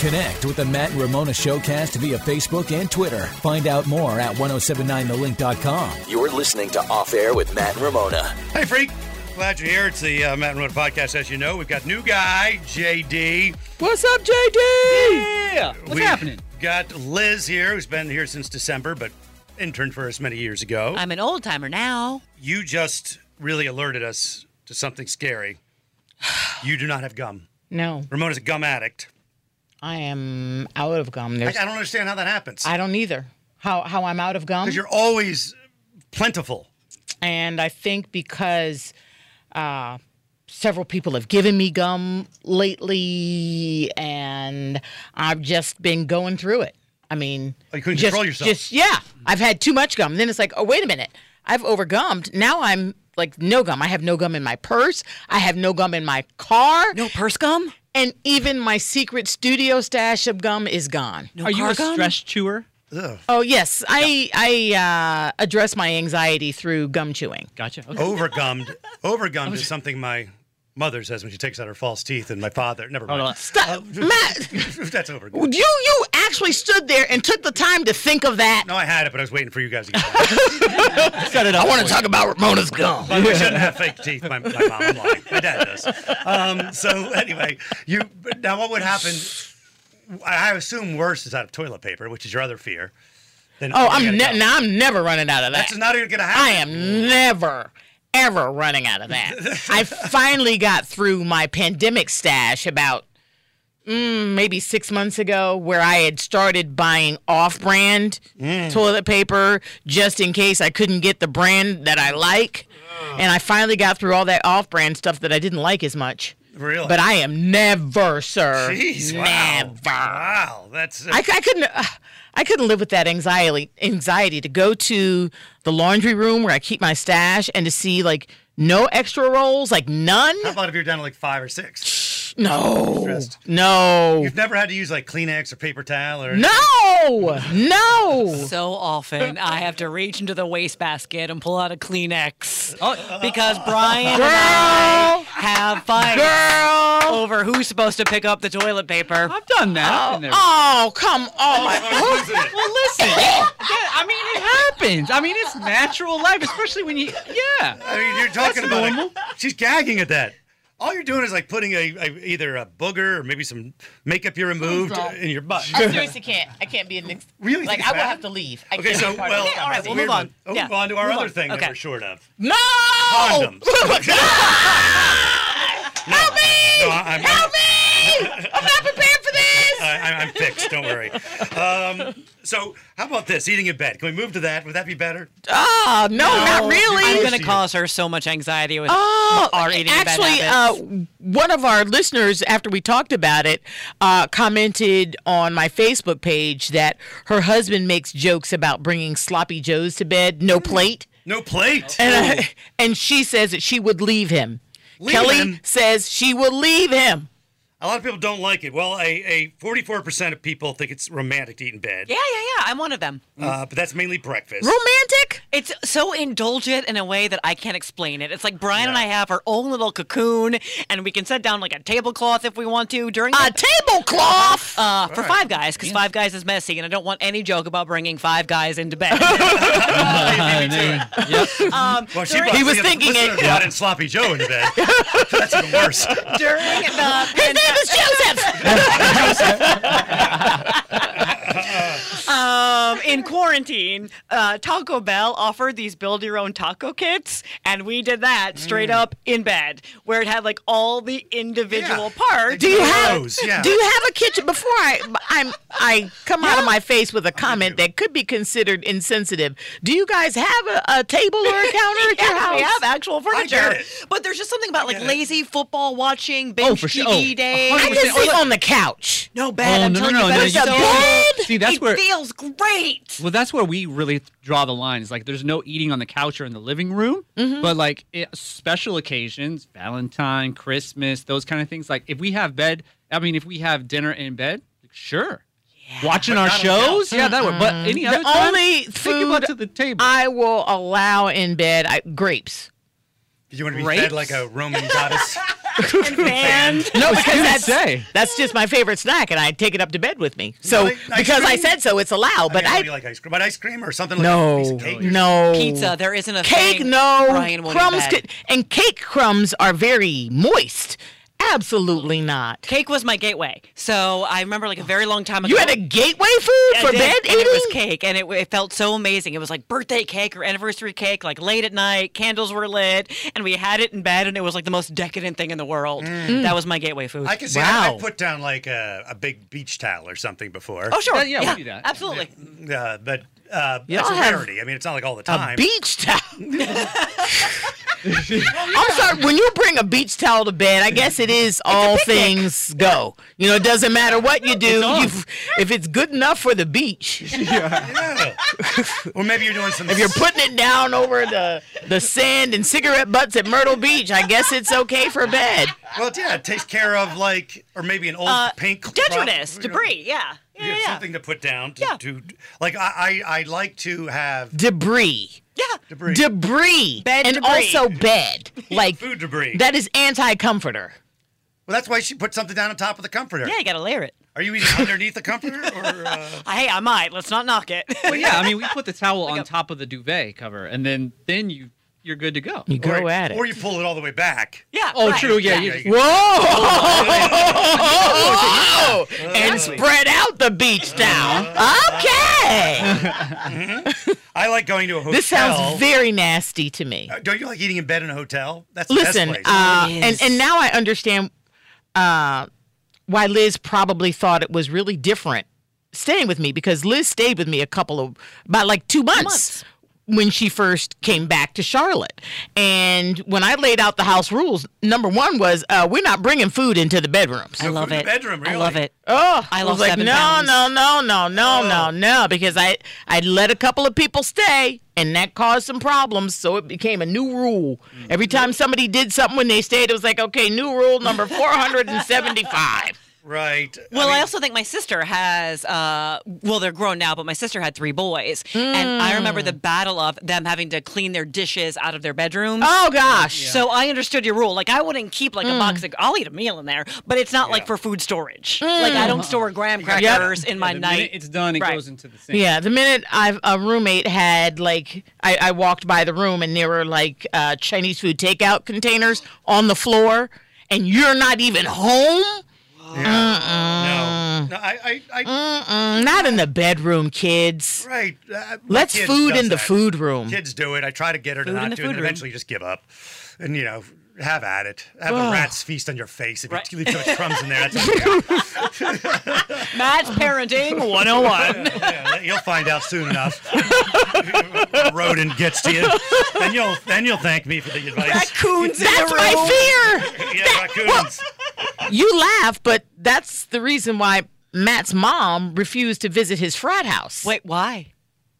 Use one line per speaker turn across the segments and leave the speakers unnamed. Connect with the Matt and Ramona Showcast via Facebook and Twitter. Find out more at 1079thelink.com.
You're listening to Off Air with Matt and Ramona.
Hey, freak. Glad you're here. It's the uh, Matt and Ramona podcast. As you know, we've got new guy, JD.
What's up, JD? Yeah. What's
We've
happening?
Got Liz here, who's been here since December, but interned for us many years ago.
I'm an old timer now.
you just really alerted us to something scary. You do not have gum.
No,
Ramona's a gum addict.
I am out of gum.
I, I
There's,
don't understand how that happens.
I don't either. How how I'm out of gum?
Because you're always plentiful.
And I think because uh, several people have given me gum lately, and I've just been going through it. I mean,
Oh, you couldn't
just,
control yourself.
Just yeah, I've had too much gum. Then it's like, oh wait a minute, I've overgummed. Now I'm like no gum. I have no gum in my purse. I have no gum in my car,
No purse gum?
and even my secret studio stash of gum is gone.
No
Are you
car
a
gum?
stress chewer?
Oh yes, I I uh, address my anxiety through gum chewing.
Gotcha. Okay.
Overgummed. Overgummed is something my mother says when she takes out her false teeth, and my father. Never mind.
on.
Stop,
Oh.
Matt.
That's overgummed.
You you actually stood there and took the time to think of that.
No, I had it, but I was waiting for you guys to get back.
Set it up. Oh, I want to talk about.
I shouldn't have fake teeth. My, my mom, I'm lying. My dad does. Um, so anyway, you but now what would happen? I I assume worse is out of toilet paper, which is your other fear. Then
Oh,
you
I'm
gotta
ne-
go.
now I'm never running out of that.
That's not even gonna happen.
I am never ever running out of that. I finally got through my pandemic stash about mm, maybe six months ago, where I had started buying off-brand
Mm.
toilet paper just in case I couldn't get the brand that I like. And I finally got through all that off-brand stuff that I didn't like as much.
Really?
But I am never, sir.
Jeez, wow.
never.
Wow, that's
I, I couldn't. Uh, I couldn't live with that anxiety. Anxiety to go to the laundry room where I keep my stash and to see like no extra rolls, like none.
how about if you're down to like five or six?
No,
Stressed.
no,
You've never had to use like Kleenex or paper towel or
no, no.
So often I have to reach into the wastebasket and pull out a Kleenex. Because Brian and I have fights over who's supposed to pick up the toilet paper.
I've done that. I've been there.
Oh come on!
Well, listen. yeah, I mean, it happens. I mean, it's natural life, especially when you. Yeah.
I mean, you're talking about it. She's gagging at that. All you're doing is like putting a, a either a booger or maybe some makeup you removed in your butt.
I seriously can't. I can't be in this.
Really?
Like
Think
I will
that?
have to leave. I
Okay,
can't
so
be part
well,
of this
Yeah, all right, we'll
conversation.
weird
move on.
one. Oh,
Yeah.
move on to our
Move
other
on.
thing
Okay.
that we're short of.
No.
Condoms.
Help me!
No, I'm- Uh,
Help me! I'm not prepared for this.
I, I'm- I'm fixed. Don't worry. Um, so, how about this? Eating in bed. Can we move to that? Would that be better?
Oh no, not really.
I'm
Yes,
going
you-
to cause her so much anxiety with
Oh,
our eating bad
actually,
habits.
uh, one of our listeners, after we talked about it, uh, commented on my Facebook page that her husband makes jokes about bringing sloppy joes to bed,
Mm.
no plate,
No plate.
and, uh, and she says that she would leave him.
Mm. Leave
Kelly
him?
says she will leave him.
A lot of people don't like it. Well, a, a 44% of people think it's romantic to eat in bed,
yeah, yeah, yeah. I'm one of them.
uh, but that's mainly breakfast.
Romantic?
It's so indulgent in a way that I can't explain it. It's like Brian and I have our own little cocoon, and we can set down like a tablecloth if we want to during
A
the
tablecloth?
uh, for Five Guys because Five Guys is messy, and I don't want any joke about bringing Five Guys into bed. um,
Well, she
during,
brought
He was
the
thinking
listener
it.
brought in sloppy Joe into bed. that's even worse. uh,
during the
His name is Joseph.
um, in quarantine, uh, Taco Bell offered these build your own taco kits, and we did that straight up in bed, where it had like all the individual
Yeah.
parts.
Do you have?
Gross, yeah.
Do you have a kitchen? Before I, I'm, I come out of my face with a comment that could be considered insensitive. Do you guys have a, a table or a counter at your
Yeah,
house?
we have actual furniture,
get it.
but there's just something about like lazy football watching, binge
Oh, for sure.
TV
Oh,
day.
100%.
I can
Oh,
sit
look.
on the couch.
No bed.
Oh,
I'm
no, no,
telling
no,
you,
no,
bed
you
is
don't-
so-
See, that's
it
where-
feels great.
Well, that's where we really draw the lines. Like, there's no eating on the couch or in the living room, but like it, special occasions, Valentine, Christmas, those kind of things. Like, if we have bed, I mean, if we have dinner in bed, sure. Watching our
not on the
shows, yeah, that would. But any
The
other time,
only
think about
food
to the table.
I will allow in bed I, grapes.
You want to be
Grapes?
fed like a Roman goddess?
And
no, because
that's-
say.
That's just my favorite snack, and I take it up to bed with me. So
Really? Ice
because I
cream?
said so, it's allowed.
I,
But
mean,
I,
what do you like ice cream, but ice cream or something like a piece
no,
of cake.
no
Pizza, there isn't a
Oh. cake.
thing
No
Brian won't eat
crumbs,
bad.
could, and cake crumbs are very moist. Absolutely not.
Cake was my gateway. So I remember like a very long time ago.
You had a gateway food
I
for
did,
bed
and
eating.
It was cake, and it, it felt so amazing. It was like birthday cake or anniversary cake, like late at night, candles were lit, and we had it in bed, and it was like the most decadent thing in the world. That was my gateway food.
I can see. I, I
Wow.
put down like a, a big beach towel or something before.
oh sure,
Yeah, yeah, we do that.
absolutely.
Uh, but uh,
Y'all
it's a
have
rarity. I mean, it's not like all the
A
time.
beach towel. I'm sorry. When you bring a beach towel to bed, I guess it is all things go. You know, it doesn't matter what you do.
on.
you- if it's good enough for the beach,
Yeah. or maybe you're doing some.
if you're putting it down over the the sand and cigarette butts at Myrtle Beach, I guess it's okay for bed.
well, yeah, it takes care of like, or maybe an old
Uh,
pink crop-
Detritus,
you know,
debris. Yeah. Yeah.
you have
yeah.
Something to put down. To,
Yeah.
to like, I, I I like to have
Debris.
Yeah.
debris,
Debris
Bed
and
debris.
also bed like
food debris.
that is anti-comforter.
well, that's why she put something down on top of the comforter.
Yeah, you gotta layer it.
Are you eating underneath the comforter or? Uh,
Hey, I might. Let's not knock it.
Well, yeah, I mean, we put the towel on top of the duvet cover, and then then you you're good to go.
You go
or,
at it.
Or you pull it all the way back.
yeah.
Oh,
right.
true. Yeah,
Yeah,
you
you
just,
can-
Oh, and spread out the beach towel.
Uh-huh.
Okay.
I like going to a hotel.
This sounds very nasty to me.
Uh, Don't you like eating in bed in a hotel? That's
Listen,
the best place.
uh,
It
and
is.
and now I understand uh, why Liz probably thought it was really different staying with me because Liz stayed with me a couple of about like two months.
months.
When she first came back to Charlotte. And when I laid out the house rules, number one was uh, we're not bringing food into the bedrooms.
I love
in the
it.
bedroom,
I
really.
love it.
Oh,
I
I,
lost
was like,
seven
no,
pounds.
no, no, no, no, no, no, because I I let a couple of people stay, and that caused some problems. So it became a new rule. Every time somebody did something when they stayed, it was like, okay, new rule number four hundred and seventy-five.
right.
Well, I, also think my sister has, uh, well, they're grown now, but my sister had three boys. And I remember
Hmm.
the battle of them having to clean their dishes out of their bedrooms.
Oh gosh.
So I understood your rule. Like, I wouldn't keep like a
Hmm.
box of, I'll eat a meal in there, but it's not like for food storage. Like, I
Hmm.
don't store graham crackers in my
the minute
night.
it's done, it
Right.
goes into the sink.
Yeah, the minute I've a roommate had like I, I walked by the room and there were like uh, Chinese food takeout containers on the floor, and you're not even home.
no, no, I, I, I
Mm, Not in the bedroom, kids.
right. Uh, my
Let's
kid
food
does
in the
that.
food room.
Kids do it. I try to get her to
Food in
not
the
do it,
food
and
room.
eventually you just give up, and you know. Have at it. Have a rat's feast on your face if
Right.
you leave too much crumbs in there. That's
Matt's parenting 101.
yeah, you'll find out soon enough. Rodent gets to you, and you'll and you'll thank me for the advice.
raccoons that's my fear
yeah, raccoons.
you laugh but that's the reason why matt's mom refused to visit his frat house
Wait, why?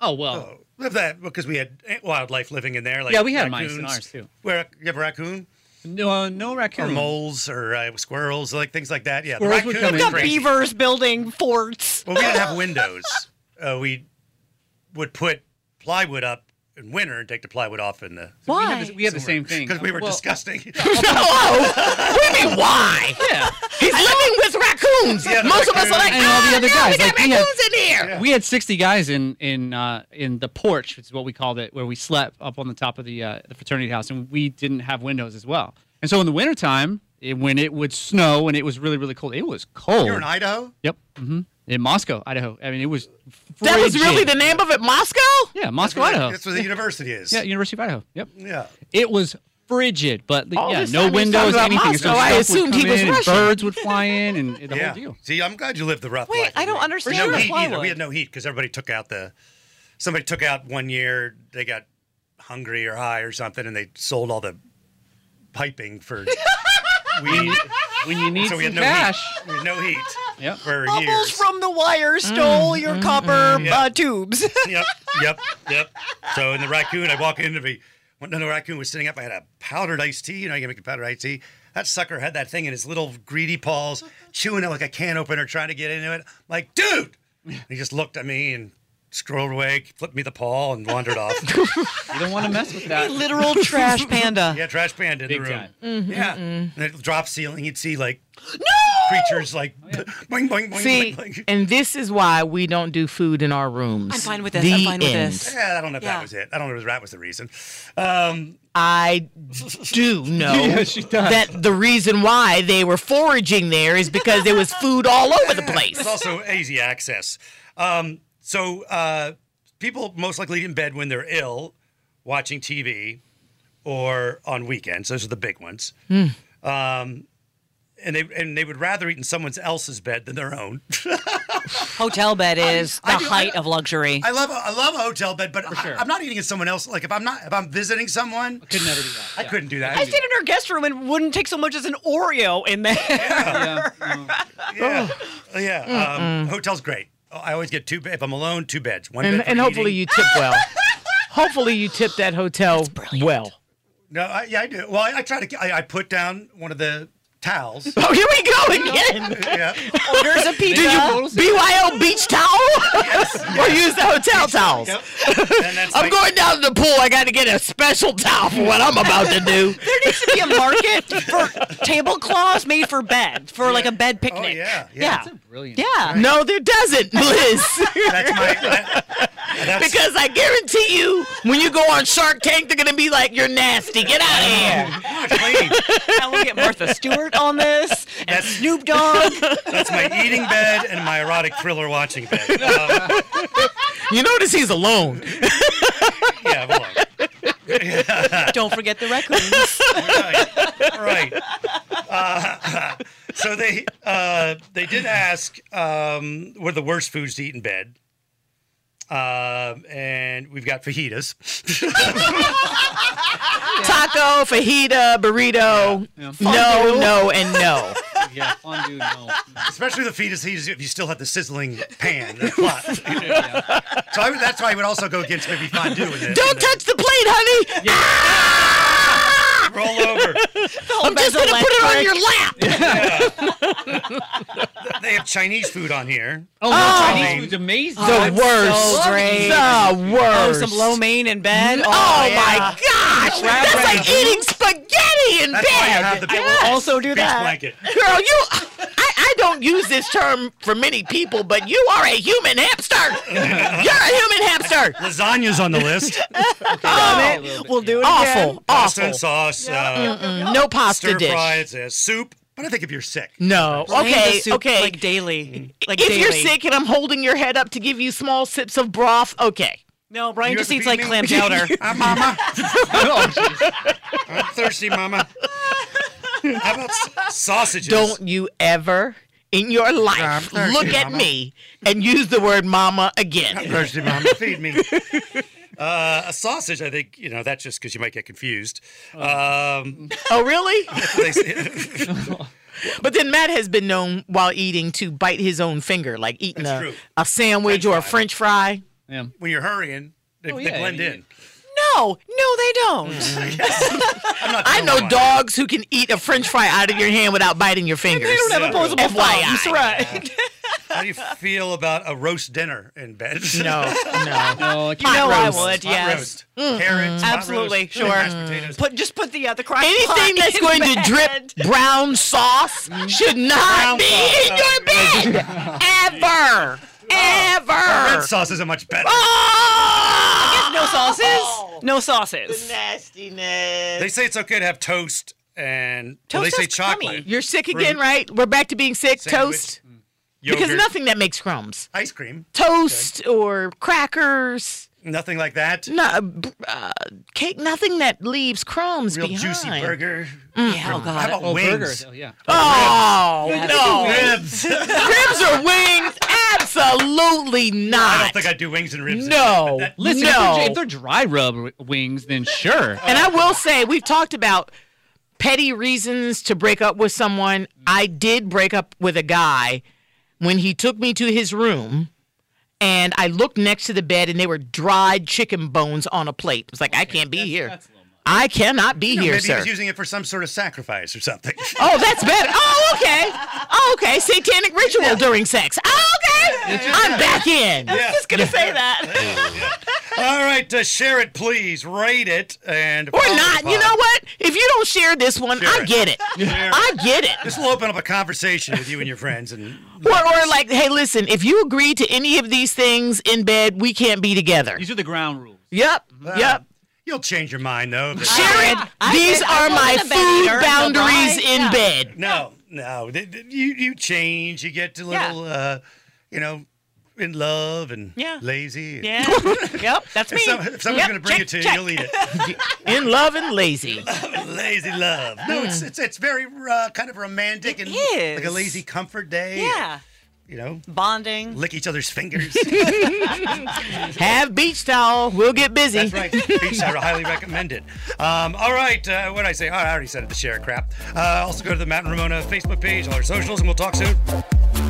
Oh well.
Well, that because we had wildlife living in there. Like
Yeah, we had mice
raccoons.
in ours, too.
Where you have a raccoon
No, uh, no
or
raccoon.
moles or uh, squirrels, like things like that. Yeah,
Squirrels
the
would
raccoon
come
was
in.
crazy.
Beavers building forts.
Well, we didn't have windows. Uh, we would put plywood up in winter and take the plywood off in the
We had, this- we had the same thing
because we were
Well,
disgusting.
no Oh, what do you mean why
Yeah,
he's living with raccoons
Yeah, the
most of us are like
And all the
"Ah,
other
no,
guys,
we got
like, we had-
raccoons in here
we had sixty guys in in uh, in the porch, which is what we called it, where we slept up on the top of the uh, the fraternity house, and we didn't have windows as well. And so in the wintertime, it, when it would snow and it was really really cold, it was cold.
You're in Idaho.
Yep. hmm in Moscow, Idaho. I mean, it was
That was really
frigid.
the name of it, Moscow?
yeah, Moscow,
Right,
Idaho.
That's where the university is.
Yeah, University of Idaho. Yep.
Yeah.
It was frigid, but
All
yeah,
this time
no
he was talking
windows,
about
anything. So
Moscow, I
stuff would
assumed
come
he was
in and
Russian.
Birds would fly in, and, and the
Yeah.
whole deal.
See, I'm glad you lived the rough
Wait,
life.
I don't
we did.
understand
No
the
heat either. We
plywood.
had no heat because everybody took out the. Somebody took out one year. They got hungry or high or something, and they sold all the piping for. we
When you need
so we had
some
no
cash,
heat. We had no heat
Yep. Mm,
for
Bubbles
years.
from the wire stole your copper
Yeah.
uh, tubes.
yep, yep, yep. So in the raccoon, I walk into the when the raccoon was sitting up. I had a powdered iced tea. You know, you can make a powdered iced tea. That sucker had that thing in his little greedy paws, chewing it like a can opener, trying to get into it. I'm like, dude! And he just looked at me and scrolled away, flipped me the paw, and wandered off.
you don't want to mess with that.
Literal trash panda.
yeah, trash panda in
Big
the room.
time.
yeah, and it drop ceiling. You'd see like creatures like
Oh,
boing boing boing.
See,
boing, boing.
and this is why we don't do food in our rooms.
I'm fine with this.
The
I'm fine with
end.
this.
Yeah, I don't know if
Yeah.
that was it. I don't know if that was the reason. Um,
I do know
Yeah, Oh, she does.
that the reason why they were foraging there is because there was food all over the place.
Oh,
It's also easy access. Um, so uh, people most likely in bed when they're ill, watching TV, or on weekends. Those are the big ones. Um, and they and they would rather eat in someone else's bed than their own.
Hotel bed is
I
the
do- I
height
do-
of luxury.
I love I love a hotel bed, but I,
sure.
am not eating in someone else. Like if I'm not if I'm visiting someone,
Could never do that.
I
Yeah.
couldn't do that.
I stayed in her guest room and wouldn't take so much as an Oreo in there.
Yeah, no.
yeah, Oh, yeah. Um, hotel's great. I always get two. bed- If I'm alone, two beds. One
And,
bed for
and hopefully
eating.
you tip well. hopefully you tip that hotel well.
No, I, yeah, I do. Well, I, I try to. I, I put down one of the towels.
Oh, here we go again.
yeah.
Orders a pizza.
Did you BYO beach towel or use the hotel towels?
Yep. And that's
I'm
like-
going down to the pool. I got to get a special towel for what I'm about to do.
there needs to be a market for tablecloths made for bed, for like a bed picnic.
Oh yeah,
Yeah.
yeah.
Yeah.
Brilliant.
No, there doesn't, Liz.
That's my. I- that's,
Because I guarantee you, when you go on Shark Tank, they're gonna be like, "You're nasty. Get out of here."
Oh, clean.
Now we'll get Martha Stewart on this and
That's-
Snoop Dogg.
that's my eating bed and my erotic thriller watching bed. Um,
You notice he's alone.
yeah, well,
Don't forget the raccoons.
right, right. Uh, so they uh, they did ask um, what are the worst foods to eat in bed, um, and we've got fajitas.
Taco, fajita, burrito. No, no, and no.
Yeah, fondue, no.
especially the fetus heaters if you still have the sizzling pan the pot. so I would, that's why I would also go against maybe fondue in it.
Don't touch the plate, honey. Ah!
Roll over.
I'm just gonna put it on your lap.
They have Chinese food on here.
Oh, no, Chinese food's amazing.
The worst.
so great.
The
Oh,
worst.
some lo mein in bed. Oh,
Oh
yeah.
my gosh! That's
wrap
like eating spaghetti in
That's why I have
bed.
the
I will also do
beach
that.
blanket.
Girl, you. I, I don't use this term for many people, but you are a human hamster. You're a human hamster.
Lasagna's on the list.
Damn it. We'll do it
Awful.
Pasta
Awful.
and sauce, uh,
No pasta
stir
dish.
fry, it's a soup. But I think if you're sick,
No. Okay. Okay.
Like daily. Like
if
daily.
you're sick and I'm holding your head up to give you small sips of broth, okay.
No, Brian
You
just
have to
eats
feed
like clam
me?
chowder.
Ah, mama,
Oh, jeez.
I'm thirsty, mama. How about s- sausages?
Don't you ever in your
I'm
life
thirsty,
look at
Mama.
me and use the word mama again.
thirsty, mama. Feed me. Uh, a sausage, I think, you know, that's just because you might get confused. Um,
Oh, really?
they say-
But then Matt has been known while eating to bite his own finger, like eating
That's
a,
true.
a sandwich or a french fry.
Yeah.
when you're hurrying, they,
Oh,
they
yeah, I
blend
mean,
in.
No, no, they don't.
I'm not
I
telling
know
why.
dogs who can eat a french fry out of your hand without biting your fingers.
They don't have opposable
FYI.
thumbs, right?
How do you feel about a roast dinner in bed?
No, no.
No, Oh, I can't.
You know I
roast.
would,
Hot
yes.
roast, carrots, hot
Absolutely,
roast,
sure.
mashed potatoes.
Put just put the uh, the crock pot
Anything that's
in
going to
bed.
drip brown sauce should not
Mm-hmm. Brown
be
sauce.
in your bed ever,
Red
ever.
sauce isn't much better.
Oh!
No sauces. No sauces.
Nastiness.
They say it's okay to have toast and well,
Toast
they say
is crummy.
chocolate.
You're sick again, right? We're back to being sick.
Sandwich.
Toast. because
yogurt,
nothing that makes crumbs,
ice cream,
toast or crackers,
nothing like that.
no, b- uh, cake, nothing that leaves crumbs
Real
behind. Mm.
juicy burger.
Mm.
Yeah, oh
How
god.
about
Oh,
wings?
burgers. Oh, yeah.
Oh no,
Ribs. I
ribs or wings? Absolutely
don't
not.
think I'd do wings and ribs.
No,
Listen, if
no.
they're- if, they're, dry rub w- wings, then sure.
And
Uh-huh.
I will say, we've talked about petty reasons to break up with someone. I did break up with a guy when he took me to his room. And I looked next to the bed, and they were dried chicken bones on a plate. It was like, I can't be here. I cannot be here,
Maybe he
sir.
was using it for some sort of sacrifice or something.
oh, that's better. Oh, okay. Oh, okay. Satanic ritual during sex. Oh, okay. I'm back in.
Yeah.
Just gonna say that.
All right, uh, share it, please. Rate it and
Or not. You know what? If you don't share this one,
Share
I
it.
get it.
Share
I get it.
This will open up a conversation with you and your friends, and
Or, or like, hey, listen, if you agree to any of these things in bed, we can't be together.
These are the ground rules.
Yep. Yep.
you'll change your mind though. but-
Sharon, these are my
wasn't a bed eater,
food
so why-
boundaries in
yeah.
bed.
No, no. Th- th- You you change. You get a little, uh, you know, in love and
Yeah.
lazy. and-
Yeah. yep. That's me.
If, some, if someone's
Yep,
gonna bring
check,
it to you,
check.
you'll eat it.
In love and lazy.
lazy love. No, it's it's, it's very uh, kind of romantic and
is.
like a lazy comfort day.
Yeah.
You know,
Bonding.
lick each other's fingers.
Have beach towel. We'll get busy.
That's right. Beach I highly recommend it. Um, all right. Uh, what did I say? Oh, I already said it. The share crap. Uh, also go to the Matt and Ramona Facebook page, all our socials, and we'll talk soon.